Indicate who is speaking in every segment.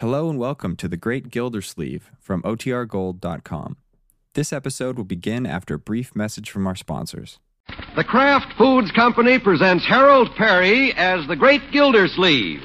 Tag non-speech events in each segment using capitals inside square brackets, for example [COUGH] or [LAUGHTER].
Speaker 1: Hello and welcome to The Great Gildersleeve from OTRGold.com. This episode will begin after a brief message from our sponsors.
Speaker 2: The Kraft Foods Company presents Harold Perry as the Great Gildersleeve.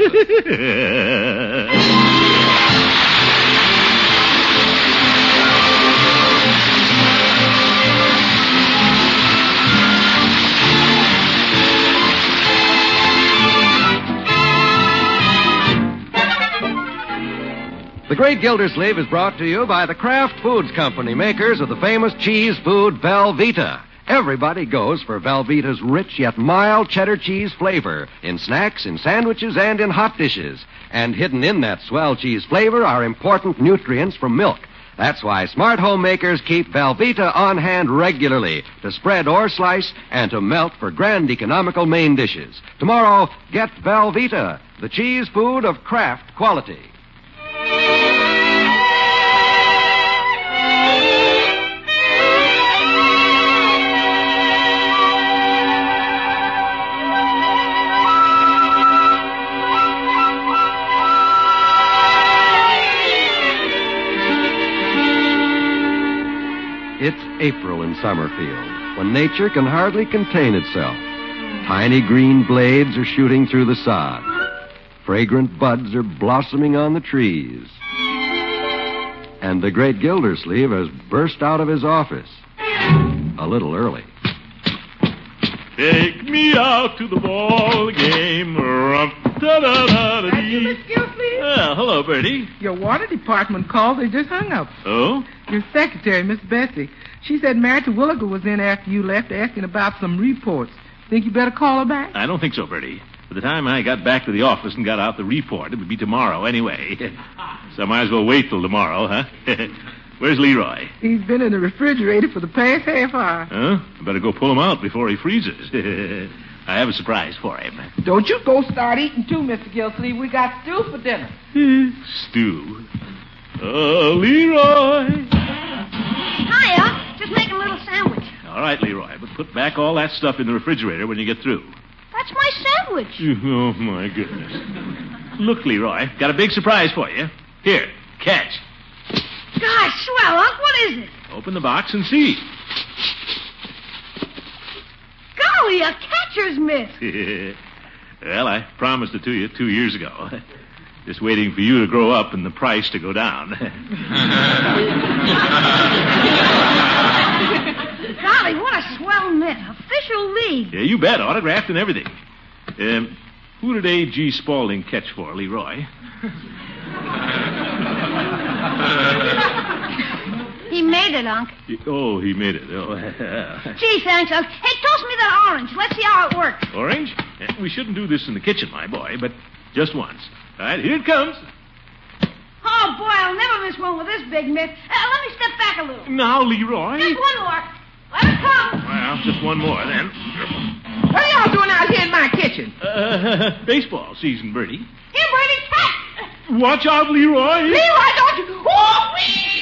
Speaker 2: The Great Gildersleeve is brought to you by the Kraft Foods Company, makers of the famous cheese food Velveeta. Everybody goes for Velveeta's rich yet mild cheddar cheese flavor in snacks, in sandwiches, and in hot dishes. And hidden in that swell cheese flavor are important nutrients from milk. That's why smart homemakers keep Velveeta on hand regularly to spread or slice and to melt for grand economical main dishes. Tomorrow, get Velveeta, the cheese food of Kraft quality. It's April in Summerfield, when nature can hardly contain itself. Tiny green blades are shooting through the sod. Fragrant buds are blossoming on the trees. And the great Gildersleeve has burst out of his office. A little early.
Speaker 3: Take me out to the ball game. Rump, da-da-da-da-dee.
Speaker 4: Have you, Miss Gildersleeve?
Speaker 3: Ah, hello, Bertie.
Speaker 4: Your water department called. They just hung up.
Speaker 3: Oh?
Speaker 4: Your secretary, Miss Bessie, she said Marriott Williger was in after you left asking about some reports. Think you better call her back?
Speaker 3: I don't think so, Bertie. By the time I got back to the office and got out the report, it would be tomorrow anyway. [LAUGHS] so I might as well wait till tomorrow, huh? [LAUGHS] Where's Leroy?
Speaker 4: He's been in the refrigerator for the past half hour.
Speaker 3: Huh? I better go pull him out before he freezes. [LAUGHS] I have a surprise for him.
Speaker 4: Don't you go start eating too, Mr. Gildersleeve. We got stew for dinner.
Speaker 3: Stew. Oh, Leroy!
Speaker 5: Hiya. Just making a little sandwich.
Speaker 3: All right, Leroy, but put back all that stuff in the refrigerator when you get through.
Speaker 5: That's my sandwich.
Speaker 3: [LAUGHS] Oh, my goodness. Look, Leroy, got a big surprise for you. Here, catch.
Speaker 5: Gosh, swell, Unc. What is it?
Speaker 3: Open the box and see. [LAUGHS]
Speaker 5: Golly, a catcher's mitt. [LAUGHS]
Speaker 3: well, I promised it to you two years ago. [LAUGHS] Just waiting for you to grow up and the price to go down. [LAUGHS]
Speaker 5: Golly, what a swell mitt. Official league.
Speaker 3: yeah, you bet, autographed and everything. Um, who did A.G. Spaulding catch for, Leroy?
Speaker 5: [LAUGHS]
Speaker 3: [LAUGHS]
Speaker 5: He made it, Unc.
Speaker 3: Oh, [LAUGHS] he made it. Oh,
Speaker 5: Gee, thanks, Unc. Hey, toast me that orange. Let's see how it works.
Speaker 3: Orange? Eh, We shouldn't do this in the kitchen, my boy, but just once. All right, here it comes.
Speaker 5: Oh, boy, I'll never miss one with this big mitt. Uh, let me step back a little.
Speaker 3: Now, Leroy.
Speaker 5: Just one more. Let it come.
Speaker 3: Well, just one more then.
Speaker 4: What are y'all doing out here in my kitchen?
Speaker 3: Uh, [LAUGHS] baseball season, Bertie.
Speaker 5: Here, Brady, catch.
Speaker 3: Watch out, Leroy.
Speaker 4: Leroy, don't you... Oh, wee!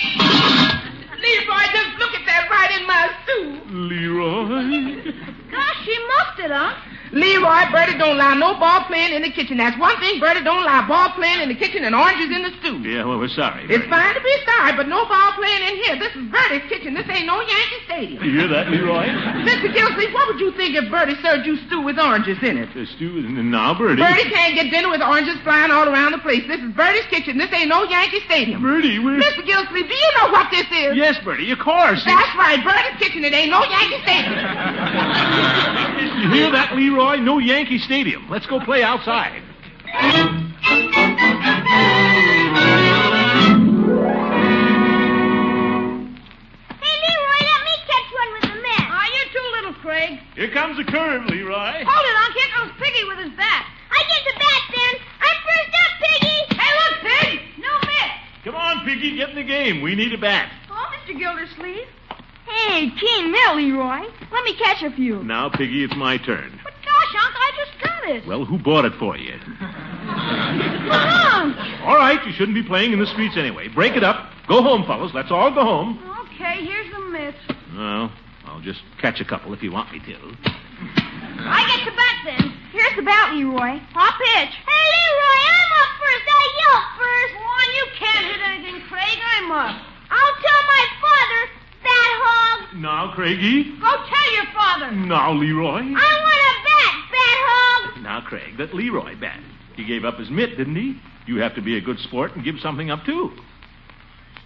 Speaker 4: Leroy, just look at that right in my stew.
Speaker 3: Leroy.
Speaker 5: Gosh, she muffed it, Unc.
Speaker 4: Leroy, Bertie don't lie. No ball playing in the kitchen. That's one thing Bertie don't lie. Ball playing in the kitchen and oranges in the stew.
Speaker 3: Yeah, well, we're sorry.
Speaker 4: It's
Speaker 3: Bertie.
Speaker 4: fine to be sorry, but no ball playing in here. This is Bertie's kitchen. This ain't no Yankee Stadium.
Speaker 3: You hear that, Leroy?
Speaker 4: Mr. Gilsey, what would you think if Bertie served you stew with oranges in it?
Speaker 3: The stew is now, Bertie.
Speaker 4: Bertie can't get dinner with oranges flying all around the place. This is Bertie's kitchen. This ain't no Yankee Stadium.
Speaker 3: Bertie, we're.
Speaker 4: Mr. Gilsey, do you know what this is?
Speaker 3: Yes, Bertie, of course.
Speaker 4: That's right, Bertie's kitchen. It ain't no Yankee Stadium.
Speaker 3: You hear that, Leroy? No Yankee Stadium. Let's go play outside.
Speaker 5: Hey, Leroy, let me catch one with the mitt. Are you too little, Craig?
Speaker 3: Here comes a curve, Leroy.
Speaker 5: Hold it, Unc. Here comes Piggy with his bat. I get the bat, then. I'm first up, Piggy. Hey, look, Pig. No miss.
Speaker 3: Come on, Piggy, get in the game. We need a bat.
Speaker 5: Oh, Mr. Gildersleeve. Hey, King there, Leroy. Let me catch a few.
Speaker 3: Now, Piggy, it's my turn.
Speaker 5: But gosh, Unc, I just got it.
Speaker 3: Well, who bought it for you?
Speaker 5: Unc.
Speaker 3: All right, you shouldn't be playing in the streets anyway. Break it up. Go home, fellas. Let's all go home.
Speaker 5: Okay, here's the miss.
Speaker 3: Well, I'll just catch a couple if you want me to.
Speaker 5: I get the bat, then. Here's the bat, Leroy. I'll pitch. Hey, Leroy, I'm up first. I yelp first. One
Speaker 3: Craigie.
Speaker 5: Go tell your father.
Speaker 3: Now, Leroy.
Speaker 5: I want a bat, bat hog.
Speaker 3: Now, Craig, that Leroy bat. He gave up his mitt, didn't he? You have to be a good sport and give something up, too.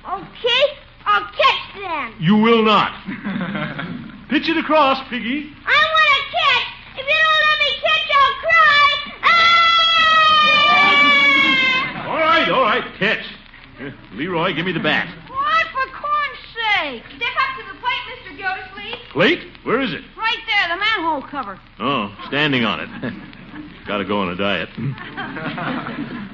Speaker 5: Okay, I'll catch them.
Speaker 3: You will not. Pitch it across, Piggy.
Speaker 5: I want a catch. If you don't let me catch, I'll cry. Ah!
Speaker 3: All right, all right, pitch. Here, Leroy, give me the bat.
Speaker 5: Why, for corn's sake? Step up to the plate, Mr. Gildersleeve.
Speaker 3: Plate? Where is it?
Speaker 5: Right there, the manhole cover.
Speaker 3: Oh, standing on it. [LAUGHS] Gotta go on a diet. Hmm?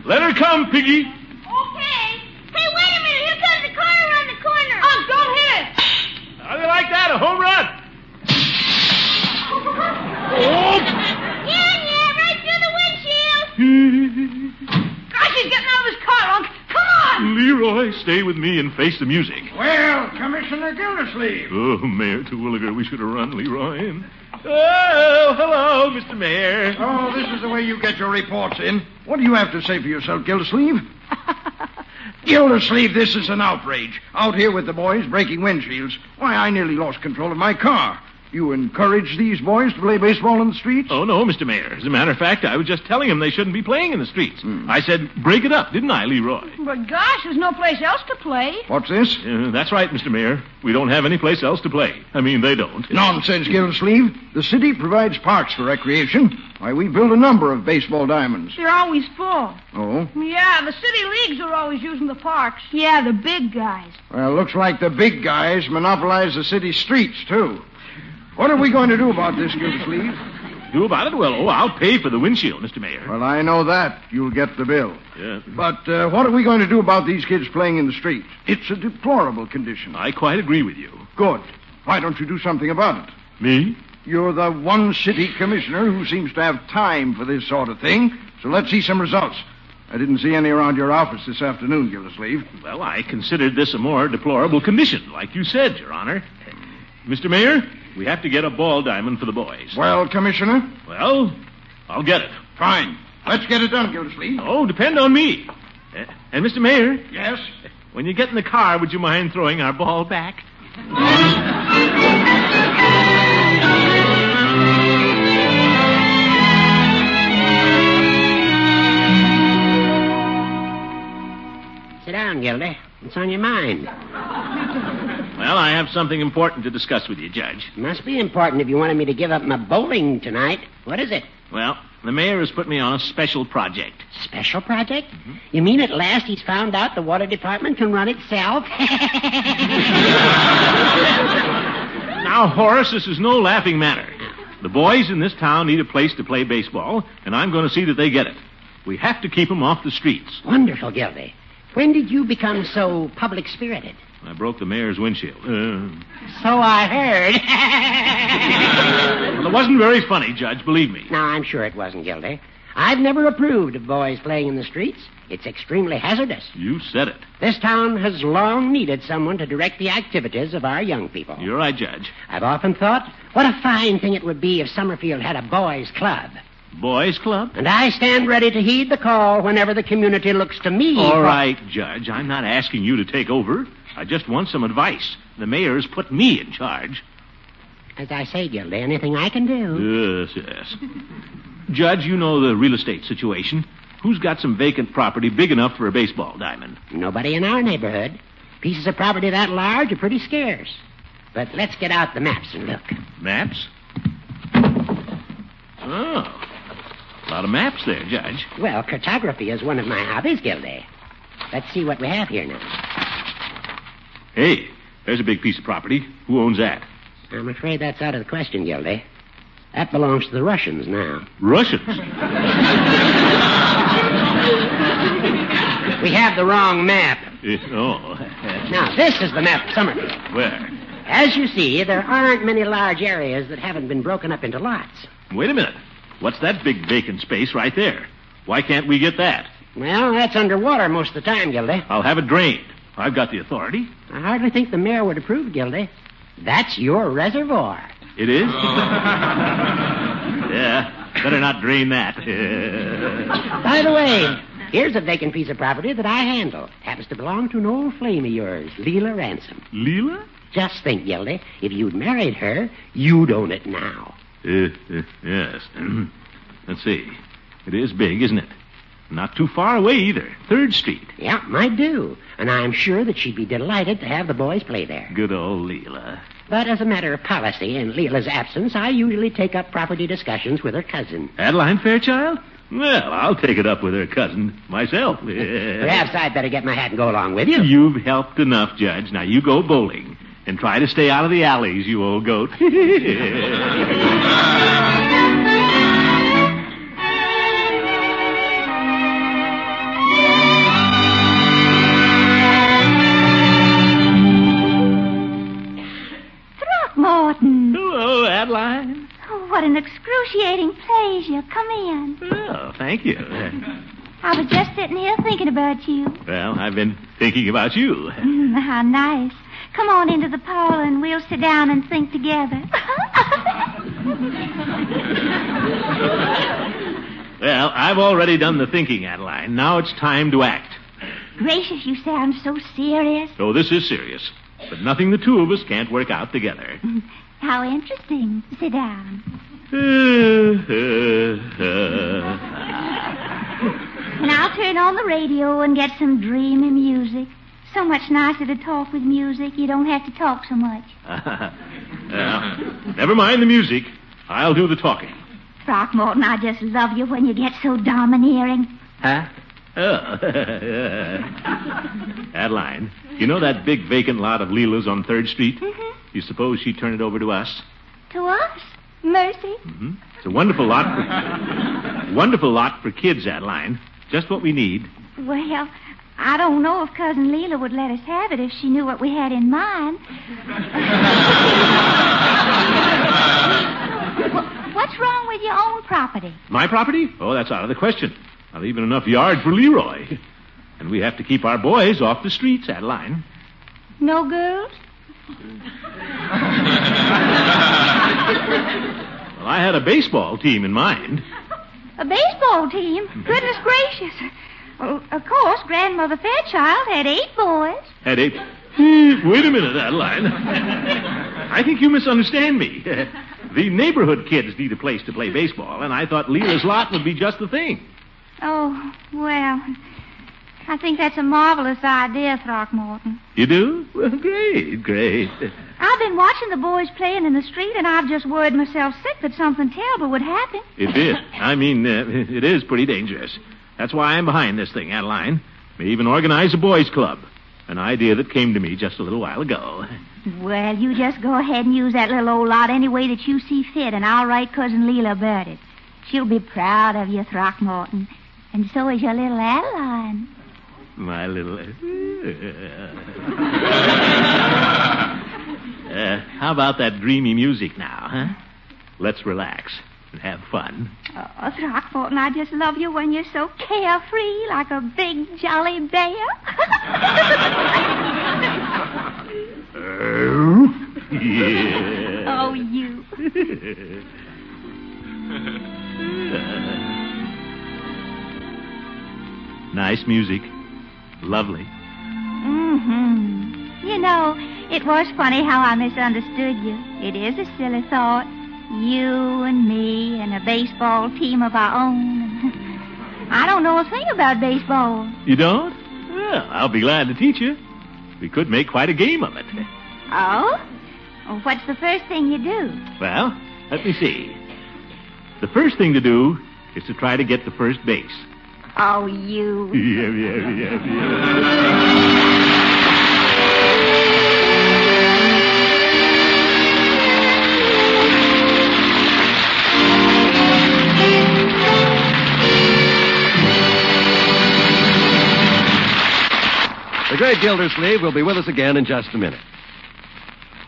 Speaker 3: Let her come, Piggy.
Speaker 5: Okay. Hey, wait a minute. Here comes the car around the corner. Oh, don't hit it.
Speaker 3: How do you like that? A home run. Oh!
Speaker 5: Yeah, yeah, right through the windshield.
Speaker 3: Oh,
Speaker 5: Gosh, he's getting out of his car, Unc. Come on.
Speaker 3: [LAUGHS] Leroy, stay with me and face the music.
Speaker 6: Well, Commissioner Gildersleeve.
Speaker 3: Oh, Mayor Terwilliger, we should have run Leroy in. Oh, hello, Mr. Mayor.
Speaker 6: Oh, this is the way you get your reports in. What do you have to say for yourself,
Speaker 3: [LAUGHS]
Speaker 6: Gildersleeve? Gildersleeve, this is an outrage. Out here with the boys breaking windshields. Why, I nearly lost control of my car. You encourage these boys to play baseball in the streets?
Speaker 3: Oh, no, Mr. Mayor. As a matter of fact, I was just telling him they shouldn't be playing in the streets.
Speaker 6: Hmm.
Speaker 3: I said, break it up, didn't I, Leroy?
Speaker 5: But gosh, there's no place else to play.
Speaker 6: What's this?
Speaker 3: Uh, that's right, Mr. Mayor. We don't have any place else to play. I mean, they don't.
Speaker 6: Nonsense, Gildersleeve. The city provides parks for recreation. Why, we build a number of baseball diamonds.
Speaker 5: They're always full.
Speaker 6: Oh?
Speaker 5: Yeah, the city leagues are always using the parks. Yeah, the big guys.
Speaker 6: Well, looks like the big guys monopolize the city streets, too. What are we going to do about this, Gildersleeve?
Speaker 3: Do about it? Well, oh, I'll pay for the windshield, Mr. Mayor.
Speaker 6: Well, I know that. You'll get the bill.
Speaker 3: Yeah.
Speaker 6: But uh, what are we going to do about these kids playing in the streets? It's a deplorable condition.
Speaker 3: I quite agree with you.
Speaker 6: Good. Why don't you do something about it?
Speaker 3: Me?
Speaker 6: You're the one city commissioner who seems to have time for this sort of thing, so let's see some results. I didn't see any around your office this afternoon, Gildersleeve.
Speaker 3: Well, I considered this a more deplorable condition, like you said, Your Honor. Mr. Mayor, we have to get a ball diamond for the boys.
Speaker 6: Well, Commissioner?
Speaker 3: Well, I'll get it.
Speaker 6: Fine. Let's get it done, Gildersleeve.
Speaker 3: Oh, depend on me. Uh, And, Mr. Mayor,
Speaker 6: Yes?
Speaker 3: when you get in the car, would you mind throwing our ball back?
Speaker 7: Sit down, Gilda. What's on your mind?
Speaker 3: Well, I have something important to discuss with you, Judge.
Speaker 7: Must be important if you wanted me to give up my bowling tonight. What is it?
Speaker 3: Well, the mayor has put me on a special project.
Speaker 7: Special project? You mean at last he's found out the water department can run [LAUGHS] itself?
Speaker 3: Now, Horace, this is no laughing matter. The boys in this town need a place to play baseball, and I'm going to see that they get it. We have to keep them off the streets.
Speaker 7: Wonderful, Gilda. When did you become so public spirited?
Speaker 3: I broke the mayor's windshield. Uh,
Speaker 7: So I heard.
Speaker 3: well, it wasn't very funny, Judge, believe me.
Speaker 7: no, I'm sure it wasn't, Gilda. I've never approved of boys playing in the streets. It's extremely hazardous.
Speaker 3: You said it.
Speaker 7: This town has long needed someone to direct the activities of our young people.
Speaker 3: You're right, Judge.
Speaker 7: I've often thought, what a fine thing it would be if Summerfield had a boys' club.
Speaker 3: Boys Club?
Speaker 7: And I stand ready to heed the call whenever the community looks to me.
Speaker 3: All
Speaker 7: for-
Speaker 3: right, Judge. I'm not asking you to take over. I just want some advice. The mayor's put me in charge.
Speaker 7: As I say, Gilda, anything I can do.
Speaker 3: Yes, yes. Judge, you know the real estate situation. Who's got some vacant property big enough for a baseball diamond?
Speaker 7: Nobody in our neighborhood. Pieces of property that large are pretty scarce. But let's get out the maps and look.
Speaker 3: Maps? Oh. A lot of maps there, Judge.
Speaker 7: Well, cartography is one of my hobbies, Gilda. Let's see what we have here now.
Speaker 3: Hey, there's a big piece of property. Who owns that?
Speaker 7: I'm afraid that's out of the question, Gilda. That belongs to the Russians now.
Speaker 3: Russians.
Speaker 7: We have the wrong map.
Speaker 3: Eh, oh. [LAUGHS]
Speaker 7: Now, this is the map of Summerfield.
Speaker 3: Where?
Speaker 7: As you see, there aren't many large areas that haven't been broken up into lots.
Speaker 3: Wait a minute. What's that big vacant space right there? Why can't we get that?
Speaker 7: Well, that's underwater most of the time, Gildy.
Speaker 3: I'll have it drained. I've got the authority.
Speaker 7: I hardly think the mayor would approve, Gildy. That's your reservoir.
Speaker 3: It is? [LAUGHS] yeah. Better not drain that.
Speaker 7: By the way, here's a vacant piece of property that I handle. Happens to belong to an old flame of yours, Leela Ransom.
Speaker 3: Leela?
Speaker 7: Just think, Gildy, if you'd married her, you'd own it now.
Speaker 3: Uh, uh, yes. [CLEARS THROAT] Let's see. It is big, isn't it? Not too far away either. Third Street.
Speaker 7: Yeah, might do. And I'm sure that she'd be delighted to have the boys play there.
Speaker 3: Good old Leela.
Speaker 7: But as a matter of policy, in Leela's absence, I usually take up property discussions with her cousin.
Speaker 3: Adeline Fairchild? Well, I'll take it up with her cousin
Speaker 7: [LAUGHS]
Speaker 3: myself.
Speaker 7: Perhaps I'd better get my hat and go along with you.
Speaker 3: You've helped enough, Judge. Now you go bowling and try to stay out of the alleys, you old goat. [LAUGHS]
Speaker 8: Throckmorton.
Speaker 3: Hello, Adeline.
Speaker 8: Oh, what an excruciating pleasure. Come in.
Speaker 3: Oh, thank you.
Speaker 8: I was just sitting here thinking about you.
Speaker 3: Well, I've been thinking about you.
Speaker 8: Mm, how nice. Come on into the parlor and we'll sit down and think together. [LAUGHS]
Speaker 3: Well, I've already done the thinking, Adeline. Now it's time to act.
Speaker 8: Gracious, you sound so serious.
Speaker 3: So this is serious, but nothing the two of us can't work out together. [LAUGHS]
Speaker 8: How interesting. Sit down. And I'll turn on the radio and get some dreamy music. So much nicer to talk with music. You don't have to talk so much.
Speaker 3: Well, never mind the music. I'll do the talking.
Speaker 8: Throckmorton, I just love you when you get so domineering. [LAUGHS]
Speaker 7: Huh?
Speaker 3: Oh. [LAUGHS] Adeline, you know that big vacant lot of Leela's on Third Street?
Speaker 8: Mhm.
Speaker 3: You suppose she'd turn it over to us?
Speaker 8: To us? Mercy?
Speaker 3: It's a wonderful lot for wonderful lot for kids, Adeline. Just what we need.
Speaker 8: Well, I don't know if Cousin Leela would let us have it if she knew what we had in mind. Wh- What's wrong with your own property?
Speaker 3: My property? Oh, that's out of the question. Not even enough yard for Leroy. And we have to keep our boys off the streets, Adeline.
Speaker 8: No girls?
Speaker 3: Well, I had a baseball team in mind.
Speaker 8: [LAUGHS] A baseball team? Goodness gracious. O- Of course, Grandmother Fairchild had eight boys.
Speaker 3: Had a. [LAUGHS] Eh, Wait a minute, Adeline. [LAUGHS] I think you misunderstand me. [LAUGHS] The neighborhood kids need a place to play baseball, and I thought Leela's lot would be just the thing.
Speaker 8: Oh, well. I think that's a marvelous idea, Throckmorton.
Speaker 3: You do? Well, great, great.
Speaker 8: I've been watching the boys playing in the street, and I've just worried myself sick that something terrible would happen.
Speaker 3: It is. I mean, uh, it is pretty dangerous. That's why I'm behind this thing, Adeline. May even organize a boys' club. An idea that came to me just a little while ago.
Speaker 8: Well, you just go ahead and use that little old lot any way that you see fit, and I'll write Cousin Leela about it. She'll be proud of you, Throckmorton. And so is your little Adeline.
Speaker 3: My little. Uh, how about that dreamy music now, huh? Let's relax and have fun.
Speaker 8: Oh, Throckmorton, I just love you when you're so carefree, like a big jolly bear. [LAUGHS]
Speaker 3: Yeah.
Speaker 1: [LAUGHS]
Speaker 8: oh, you.
Speaker 3: nice music. Lovely.
Speaker 8: Mm-hmm. You know, it was funny how I misunderstood you. It is a silly thought. You and me and a baseball team of our own. [LAUGHS] I don't know a thing about baseball.
Speaker 3: You don't? Well, I'll be glad to teach you. We could make quite a game of it.
Speaker 8: Oh? Well, What's the first thing you do?
Speaker 3: Well, let me see. The first thing to do is to try to get to first base.
Speaker 8: Oh, you.
Speaker 3: [LAUGHS] Yeah, yeah, yeah, yeah.
Speaker 2: The great Gildersleeve will be with us again in just a minute.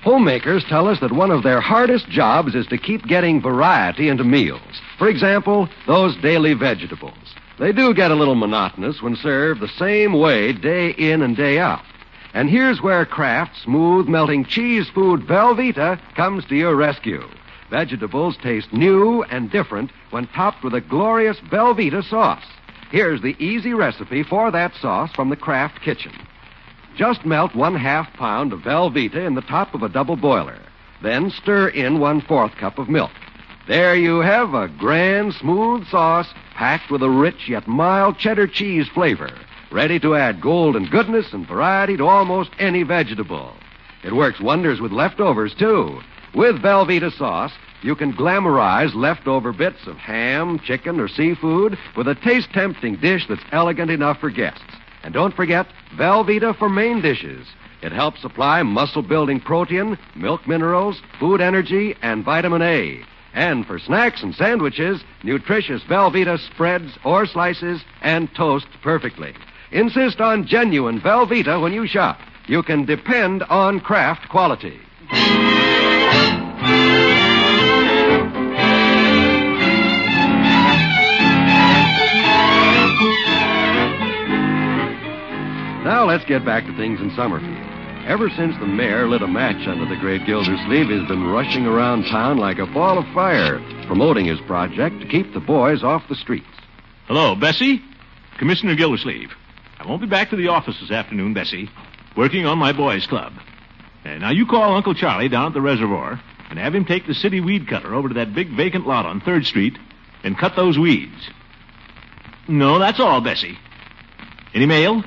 Speaker 2: Homemakers tell us that one of their hardest jobs is to keep getting variety into meals. For example, those daily vegetables. They do get a little monotonous when served the same way day in and day out. And here's where Kraft's smooth melting cheese food Velveeta comes to your rescue. Vegetables taste new and different when topped with a glorious Velveeta sauce. Here's the easy recipe for that sauce from the Kraft kitchen. Just melt one half pound of Velveeta in the top of a double boiler. Then stir in one fourth cup of milk. There you have a grand, smooth sauce packed with a rich yet mild cheddar cheese flavor, ready to add golden goodness and variety to almost any vegetable. It works wonders with leftovers, too. With Velveeta sauce, you can glamorize leftover bits of ham, chicken, or seafood with a taste tempting dish that's elegant enough for guests. And don't forget Velveeta for main dishes. It helps supply muscle building protein, milk minerals, food energy, and vitamin A. And for snacks and sandwiches, nutritious Velveeta spreads or slices and toast perfectly. Insist on genuine Velveeta when you shop. You can depend on craft quality. Now let's get back to things in Summerfield. Ever since the mayor lit a match under the great Gildersleeve, he's been rushing around town like a ball of fire, promoting his project to keep the boys off the streets.
Speaker 3: Hello, Bessie? Commissioner Gildersleeve. I won't be back to the office this afternoon, Bessie. Working on my boys' club. And now you call Uncle Charlie down at the reservoir and have him take the city weed cutter over to that big vacant lot on 3rd Street and cut those weeds. No, that's all, Bessie. Any mail?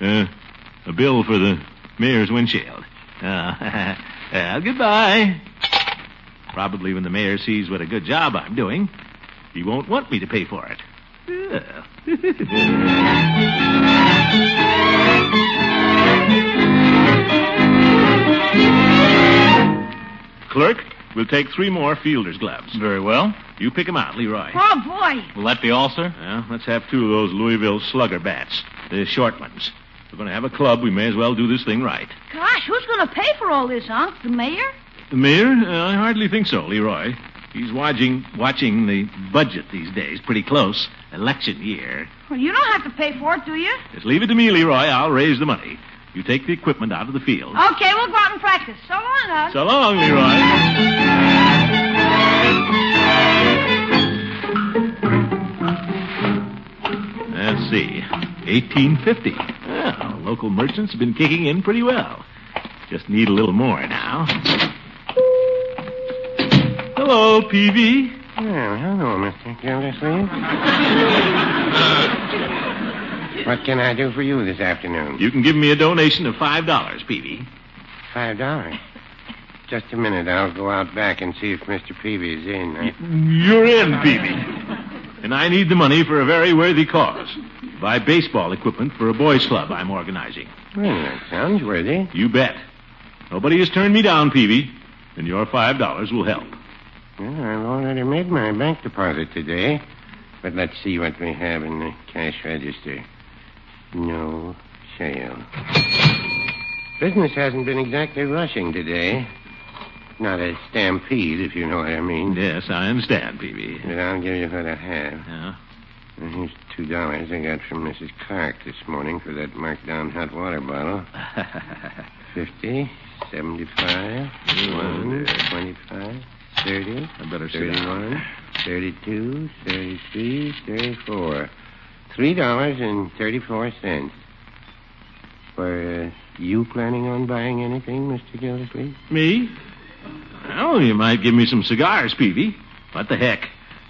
Speaker 3: Uh, a bill for the mayor's windshield. Uh, [LAUGHS] well, goodbye. Probably when the mayor sees what a good job I'm doing, he won't want me to pay for it. Yeah. Clerk, we'll take three more fielder's gloves. Very well. You pick 'em out, Leroy.
Speaker 5: Oh, boy.
Speaker 3: Will that be all, sir? Yeah, let's have two of those Louisville slugger bats, the short ones. If we're going to have a club, we may as well do this thing right.
Speaker 5: Gosh, who's going to pay for all this, Unc? The mayor?
Speaker 3: The mayor? Uh, I hardly think so, Leroy. He's watching watching the budget these days pretty close. Election year.
Speaker 5: Well, you don't have to pay for it, do you?
Speaker 3: Just leave it to me, Leroy. I'll raise the money. You take the equipment out of the field.
Speaker 5: Okay, we'll go out and practice. So long, Unc.
Speaker 3: So long, Leroy. Let's see. 1850. Well, local merchants have been kicking in pretty well. Just need a little more now. Hello, PV.
Speaker 9: hello, Mr. Gildersleeve. what can I do for you this afternoon?
Speaker 3: You can give me a donation of $5, PV.
Speaker 9: Five dollars. Just a minute. I'll go out back and see if Mr. Peavy's in. I-
Speaker 3: You're in, PV. And I need the money for a very worthy cause. Buy baseball equipment for a boys' club I'm organizing.
Speaker 9: Well, that sounds worthy.
Speaker 3: You bet. Nobody has turned me down, Peavy, and your five dollars will help.
Speaker 9: Well, I've already made my bank deposit today. But let's see what we have in the cash register. No sale. Business hasn't been exactly rushing today. Not a stampede, if you know what I mean.
Speaker 3: Yes, I understand, Peavy.
Speaker 9: But I'll give you what I have.
Speaker 3: Yeah.
Speaker 9: And Here's two dollars I got from Mrs. Clark this morning for that marked down hot water bottle. Fifty, seventy-five, one, twenty-five, thirty,
Speaker 3: I better sit
Speaker 9: thirty-one,
Speaker 3: down.
Speaker 9: thirty-two, thirty-three, thirty-four. Three dollars and thirty-four cents. Were uh, you planning on buying anything, Mr. Gildersleeve?
Speaker 3: Me? Well, you might give me some cigars, Peavy. What the heck?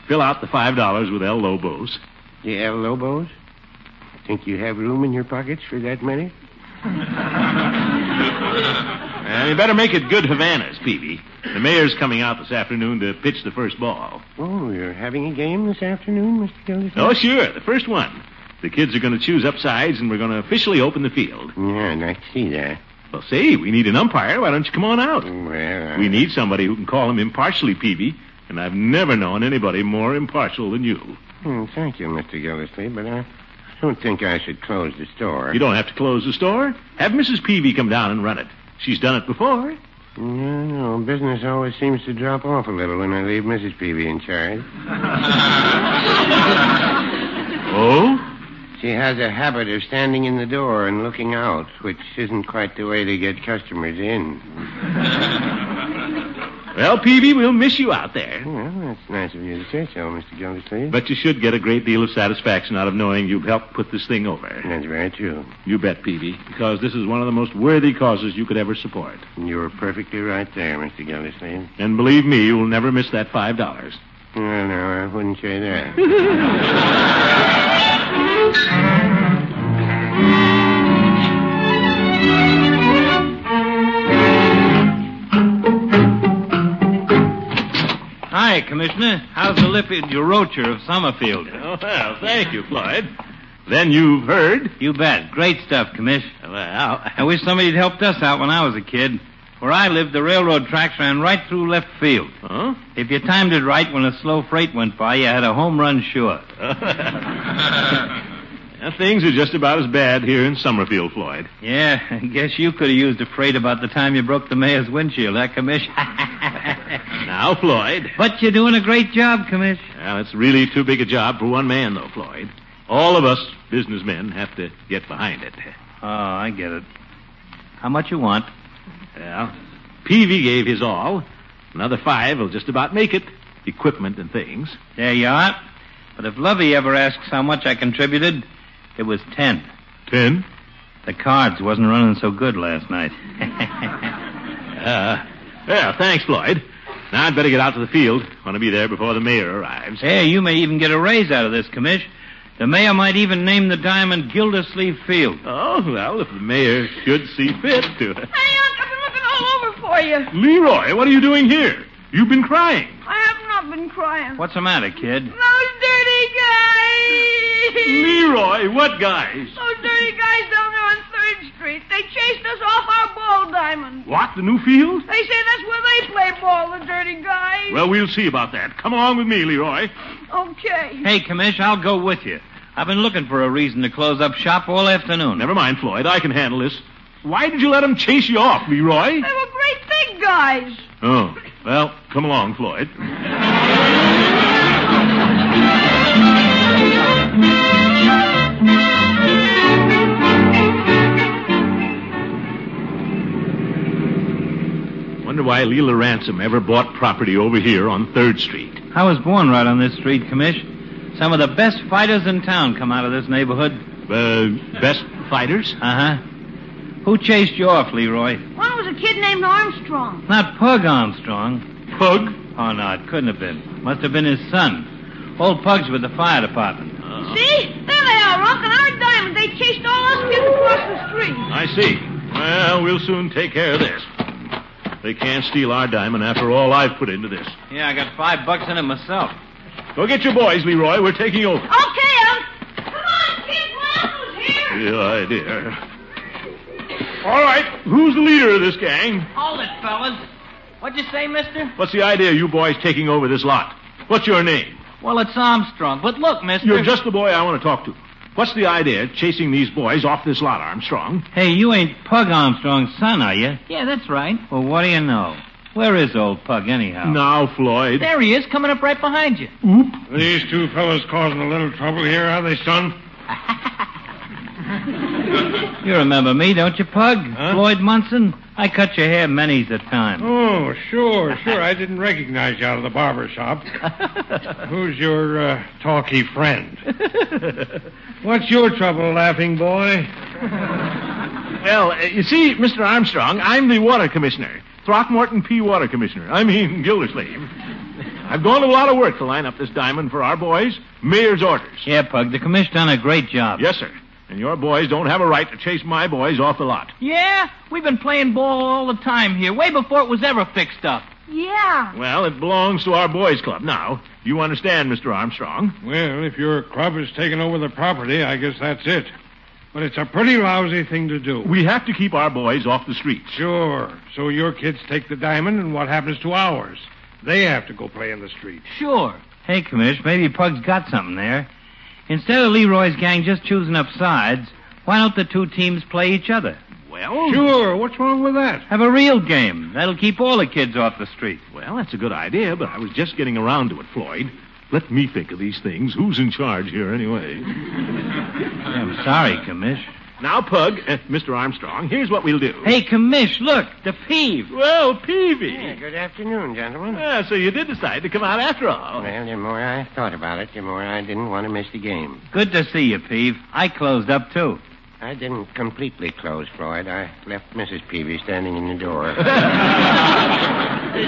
Speaker 3: Fill out the five dollars with El Lobos.
Speaker 9: The El Lobos? Think you have room in your pockets for that many?
Speaker 3: And you better make it good Havanas, Peavy. The mayor's coming out this afternoon to pitch the first ball.
Speaker 9: Oh, you're having a game this afternoon, Mr. Gildersleeve?
Speaker 3: Oh, sure, the first one. The kids are going to choose upsides, and we're going to officially open the field.
Speaker 9: Yeah, and I see that.
Speaker 3: Well, say, we need an umpire. Why don't you come on out?
Speaker 9: Well, uh, I-
Speaker 3: We need somebody who can call him impartially, Peavy, and I've never known anybody more impartial than you.
Speaker 9: Hmm, thank you, Mr. Gildersleeve, but I don't think I should close the store.
Speaker 3: You don't have to close the store. Have Mrs. Peavy come down and run it. She's done it before.
Speaker 9: No, no, business always seems to drop off a little when I leave Mrs. Peavy in charge.
Speaker 3: Oh?
Speaker 9: She has a habit of standing in the door and looking out, which isn't quite the way to get customers in.
Speaker 3: Well, Peavy, we'll miss you out there.
Speaker 7: Well, that's nice of you to say so, Mr. Gildersleeve.
Speaker 3: But you should get a great deal of satisfaction out of knowing you've helped put this thing over.
Speaker 7: That's very true.
Speaker 3: You bet, Peavy, because this is one of the most worthy causes you could ever support.
Speaker 7: You were perfectly right there, Mr. Gildersleeve.
Speaker 3: And believe me, you'll never miss that five dollars.
Speaker 7: Well, no, I wouldn't say that.
Speaker 10: Hi, Commissioner. How's the lipid urocher of Summerfield?
Speaker 3: [LAUGHS] Oh, well, thank you, Floyd. Then you've heard.
Speaker 10: You bet. Great stuff, Commish.
Speaker 3: Well,
Speaker 10: I wish somebody had helped us out when I was a kid. Where I lived, the railroad tracks ran right through left field.
Speaker 3: huh? [LAUGHS]
Speaker 10: If you timed it right when a slow freight went by, you had a home run sure.
Speaker 3: Now, things are just about as bad here in Summerfield, Floyd.
Speaker 10: Yeah, [LAUGHS] I guess you could have used a freight about the time you broke the mayor's windshield, huh, Commish? [LAUGHS]
Speaker 3: Now, Floyd.
Speaker 10: but you're doing a great job, Commish.
Speaker 3: Well, it's really too big a job for one man, though, Floyd. All of us businessmen have to get behind it.
Speaker 10: Oh, I get it. How much you want?
Speaker 3: Well, Peavy gave his all. Another five will just about make it. Equipment and things.
Speaker 10: There you are. But if Lovey ever asks how much I contributed, it was ten.
Speaker 3: Ten?
Speaker 10: The cards wasn't running so good last night.
Speaker 3: [LAUGHS] Uh, yeah, thanks, Floyd. Now I'd better get out to the field. Want to be there before the mayor arrives.
Speaker 10: hey, you may even get a raise out of this, Commish. The mayor might even name the diamond Gildersleeve Field.
Speaker 3: Oh, well, if the mayor should see fit to.
Speaker 5: Hey, Unc, I've been looking all over for you.
Speaker 3: Leroy, what are you doing here? You've been crying.
Speaker 5: I have not been crying.
Speaker 10: What's the matter, kid?
Speaker 5: Those dirty guys.
Speaker 3: Leroy, what guys?
Speaker 5: Those dirty guys down there on Third Street. They chased us off our ball diamond.
Speaker 3: What, the new field?
Speaker 5: They say that's where they play ball, the dirty guys.
Speaker 3: Well, we'll see about that. Come along with me, Leroy.
Speaker 5: okay.
Speaker 10: Hey, Commish, I'll go with you. I've been looking for a reason to close up shop all afternoon.
Speaker 3: Never mind, Floyd. I can handle this. Why did you let him chase you off, Leroy?
Speaker 5: They were great big guys.
Speaker 3: Oh, well, come along, Floyd. Wonder why Leela Ransom ever bought property over here on Third Street.
Speaker 10: I was born right on this street, Commish. Some of the best fighters in town come out of this neighborhood.
Speaker 3: Uh, best fighters?
Speaker 10: Uh huh. Who chased you off, Leroy?
Speaker 5: One was a kid named Armstrong.
Speaker 10: Not Pug Armstrong.
Speaker 3: Pug?
Speaker 10: Oh, no, it couldn't have been. Must have been his son. Old Pug's with the fire department.
Speaker 3: Uh-huh.
Speaker 5: See? There they are, Unc, and our diamond. They chased all us kids across the street.
Speaker 3: I see. Well, we'll soon take care of this. They can't steal our diamond after all I've put into this.
Speaker 10: Yeah, I got five bucks in it myself.
Speaker 3: Go get your boys, Leroy. We're taking over.
Speaker 5: Okay, Unc. Come on, kids. My uncle's here.
Speaker 3: Good idea. All right, who's the leader of this gang?
Speaker 10: Hold it, fellas. What'd you say, mister?
Speaker 3: What's the idea of you boys taking over this lot? What's your name?
Speaker 10: Well, it's Armstrong. But look, mister.
Speaker 3: You're just the boy I want to talk to. What's the idea of chasing these boys off this lot, Armstrong?
Speaker 10: Hey, you ain't Pug Armstrong's son, are you? Yeah, that's right. Well, what do you know? Where is old Pug, anyhow?
Speaker 3: Now, Floyd.
Speaker 10: There he is, coming up right behind you.
Speaker 7: These two fellows causing a little trouble here, are they, son?
Speaker 10: You remember me, don't you, Pug? Floyd Munson? I cut your hair many's the time.
Speaker 7: Oh, sure, sure. I didn't recognize you out of the barber [LAUGHS] shop. Who's your uh, talky friend? What's your trouble, laughing boy?
Speaker 3: Well, uh, you see, Mr. Armstrong, I'm the water commissioner. Throckmorton P. Water Commissioner. I mean, [LAUGHS] Gildersleeve. I've gone to a lot of work to line up this diamond for our boys. Mayor's orders.
Speaker 10: Yeah, Pug, the commission done a great job.
Speaker 3: Yes, sir. And your boys don't have a right to chase my boys off the lot.
Speaker 10: Yeah, we've been [LAUGHS] playing ball all the time here, way before it was ever fixed up.
Speaker 5: Yeah.
Speaker 3: Well, it belongs to our boys' club now. You understand, Mr. Armstrong?
Speaker 7: Well, if your club has taken over the property, I guess that's it. But it's a pretty lousy thing to do.
Speaker 3: We have to keep our boys off the streets.
Speaker 7: Sure. So your kids take the diamond, and what happens to ours? They have to go play in the street.
Speaker 10: Sure. Hey, Commish, maybe Pug's got something there. Instead of Leroy's gang just choosing up sides, why don't the two teams play each other?
Speaker 3: Well,
Speaker 7: Sure. What's wrong with that?
Speaker 10: Have a real game. That'll keep all the kids off the street.
Speaker 3: well, that's a good idea, but I was just getting around to it, Floyd. Let [LAUGHS] me think of these things. Who's in charge here, anyway?
Speaker 10: I'm sorry, Commish.
Speaker 3: Now, Pug, uh, Mr. Armstrong, here's what we'll do.
Speaker 10: Hey, Commish, look, the peeve.
Speaker 3: Well, Peavy.
Speaker 7: good afternoon, gentlemen.
Speaker 3: Ah, so you did decide to come out after all.
Speaker 7: Well, the more I thought about it, the more I didn't want to miss the game.
Speaker 10: Good to see you, Peeve. I closed up, too.
Speaker 7: I didn't completely close, Floyd. I left Mrs. Peavy standing in the door.
Speaker 3: [LAUGHS]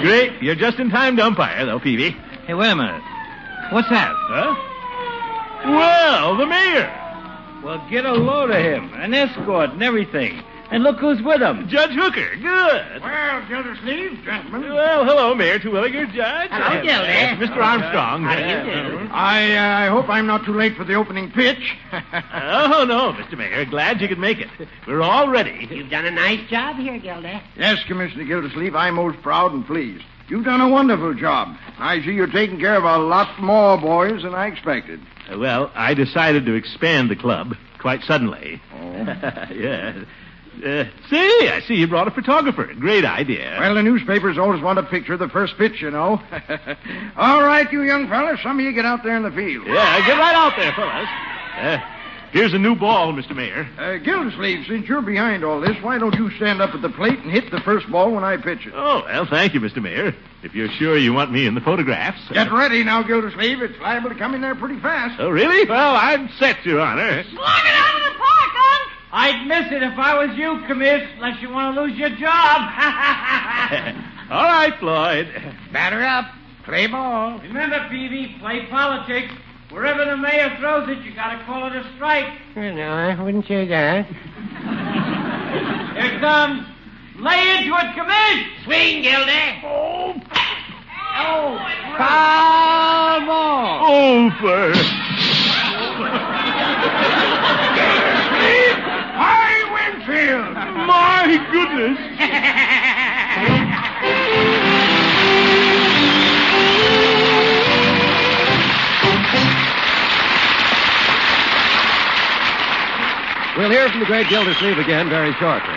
Speaker 3: Great. You're just in time to umpire, though, Peavy.
Speaker 10: Hey, wait a minute. What's that?
Speaker 3: Huh? Well, the mayor.
Speaker 10: Well, get a load of him. An escort and everything. And look who's with him.
Speaker 3: Judge Hooker. Good.
Speaker 11: Well, Gildersleeve, gentlemen.
Speaker 3: Well, hello, Mayor Terwilliger, Judge.
Speaker 11: Hello,
Speaker 3: Uh,
Speaker 11: Gilder.
Speaker 3: uh, Mr. Armstrong.
Speaker 11: How do you do?
Speaker 6: I, uh, I hope I'm not too late for the opening pitch.
Speaker 3: [LAUGHS] Oh, no, Mr. Mayor. Glad you could make it. We're all ready.
Speaker 11: You've done a nice job here, Gilda.
Speaker 6: yes, Commissioner Gildersleeve, I'm most proud and pleased. You've done a wonderful job. I see you're taking care of a lot more boys than I
Speaker 3: [LAUGHS]
Speaker 6: expected.
Speaker 3: Uh, Well, I decided to expand the club quite suddenly.
Speaker 6: Oh.
Speaker 3: yeah. Uh, see, I see you brought a photographer. Great idea.
Speaker 6: Well, the newspapers always want a picture of the first pitch, you know. All right, you young fellas, some of you get out there in the field.
Speaker 3: yeah, get right out there, fellas. Uh, here's a new ball, Mr. Mayor.
Speaker 6: Uh, Gildersleeve, since you're behind all this, why don't you stand up at the plate and hit the first ball when I pitch it?
Speaker 3: Oh, well, thank you, Mr. Mayor. If you're sure you want me in the photographs.
Speaker 6: Get ready now, Gildersleeve. It's liable to come in there pretty fast.
Speaker 3: Oh, really? Well, I'm set, Your Honor.
Speaker 5: Slug it out of the park, Unc.
Speaker 10: I'd miss it if I was you, Commish, unless you want to lose your job.
Speaker 3: [LAUGHS]
Speaker 10: [LAUGHS]
Speaker 3: All right, Floyd.
Speaker 11: Batter up. Play ball.
Speaker 10: Remember, Peavy, play politics. Wherever the mayor throws it, you gotta call it a strike.
Speaker 7: well, no, I wouldn't say that.
Speaker 10: Here it comes. Lay into it, Commish!
Speaker 11: Swing, Gilda. Oh. Oh.
Speaker 10: Foul ball!
Speaker 3: Over.
Speaker 11: Hi, Winfield.
Speaker 3: My goodness.
Speaker 2: We'll hear from the great Gildersleeve again very shortly.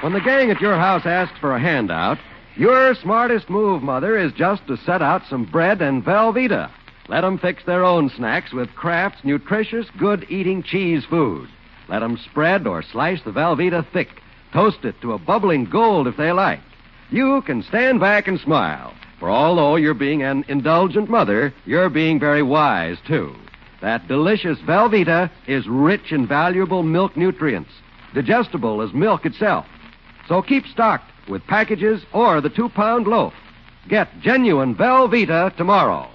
Speaker 2: When the gang at your house asks for a handout, your smartest move, Mother, is just to set out some bread and Velveeta. Let 'em fix their own snacks with Kraft's nutritious, good eating cheese food. Let 'em spread or slice the Velveeta thick, toast it to a bubbling gold if they like. You can stand back and smile, for although you're being an indulgent mother, you're being very wise, too. That delicious Velveeta is rich in valuable milk nutrients, digestible as milk itself. So keep stocked with packages or the two pound loaf. Get genuine Velveeta tomorrow.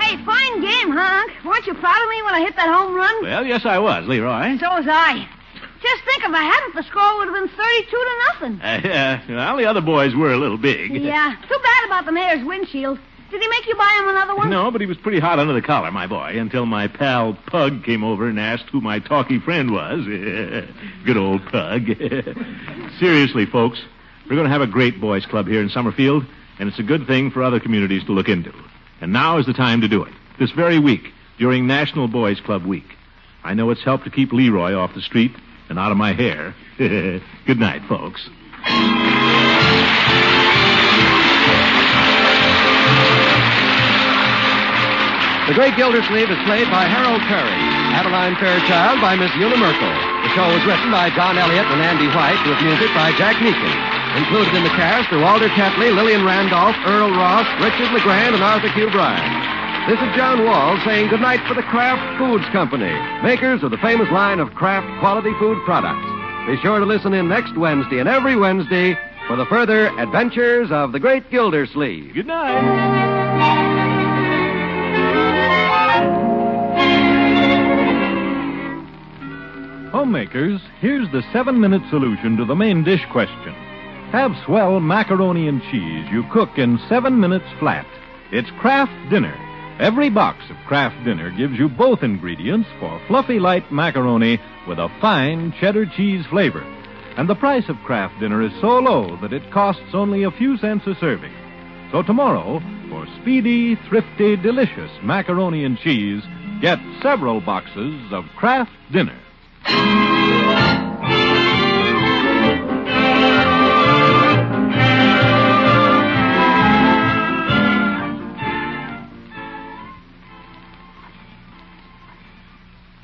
Speaker 5: Hey, fine game, Honk. Weren't you proud of me when I hit that home run?
Speaker 3: Well, yes, I was, Leroy.
Speaker 5: So was I. Just think, if I hadn't, the score would have been 32 to nothing.
Speaker 3: Uh, uh, well, the other boys were a little big.
Speaker 5: Yeah, too bad about the mayor's windshield. Did he make you buy him another one?
Speaker 3: No, but he was pretty hot under the collar, my boy, until my pal Pug came over and asked who my talky friend was. [LAUGHS] Good old Pug. [LAUGHS] Seriously, folks, we're going to have a great boys' club here in Summerfield, and it's a good thing for other communities to look into. And now is the time to do it. This very week, during National Boys Club Week. I know it's helped to keep Leroy off the street and out of my hair. [LAUGHS] Good night, folks.
Speaker 2: The Great Gildersleeve is played by Harold Curry. Adeline Fairchild by Miss Una Merkel. The show was written by John Elliott and Andy White with music by Jack Meakin. Included in the cast are Walter Tetley, Lillian Randolph, Earl Ross, Richard LeGrand, and Arthur Q. Bryan. This is John Wall saying goodnight for the Kraft Foods Company, makers of the famous line of Kraft quality food products. Be sure to listen in next Wednesday and every Wednesday for the further adventures of the Great Gildersleeve.
Speaker 3: Good
Speaker 1: [LAUGHS]
Speaker 3: night.
Speaker 12: Homemakers, here's the seven minute solution to the main dish question. Have swell macaroni and cheese you cook in seven minutes flat. It's Kraft Dinner. Every box of Kraft Dinner gives you both ingredients for fluffy light macaroni with a fine cheddar cheese flavor. And the price of Kraft Dinner is so low that it costs only a few cents a serving. So tomorrow, for speedy, thrifty, delicious macaroni and cheese, get several boxes of Kraft Dinner.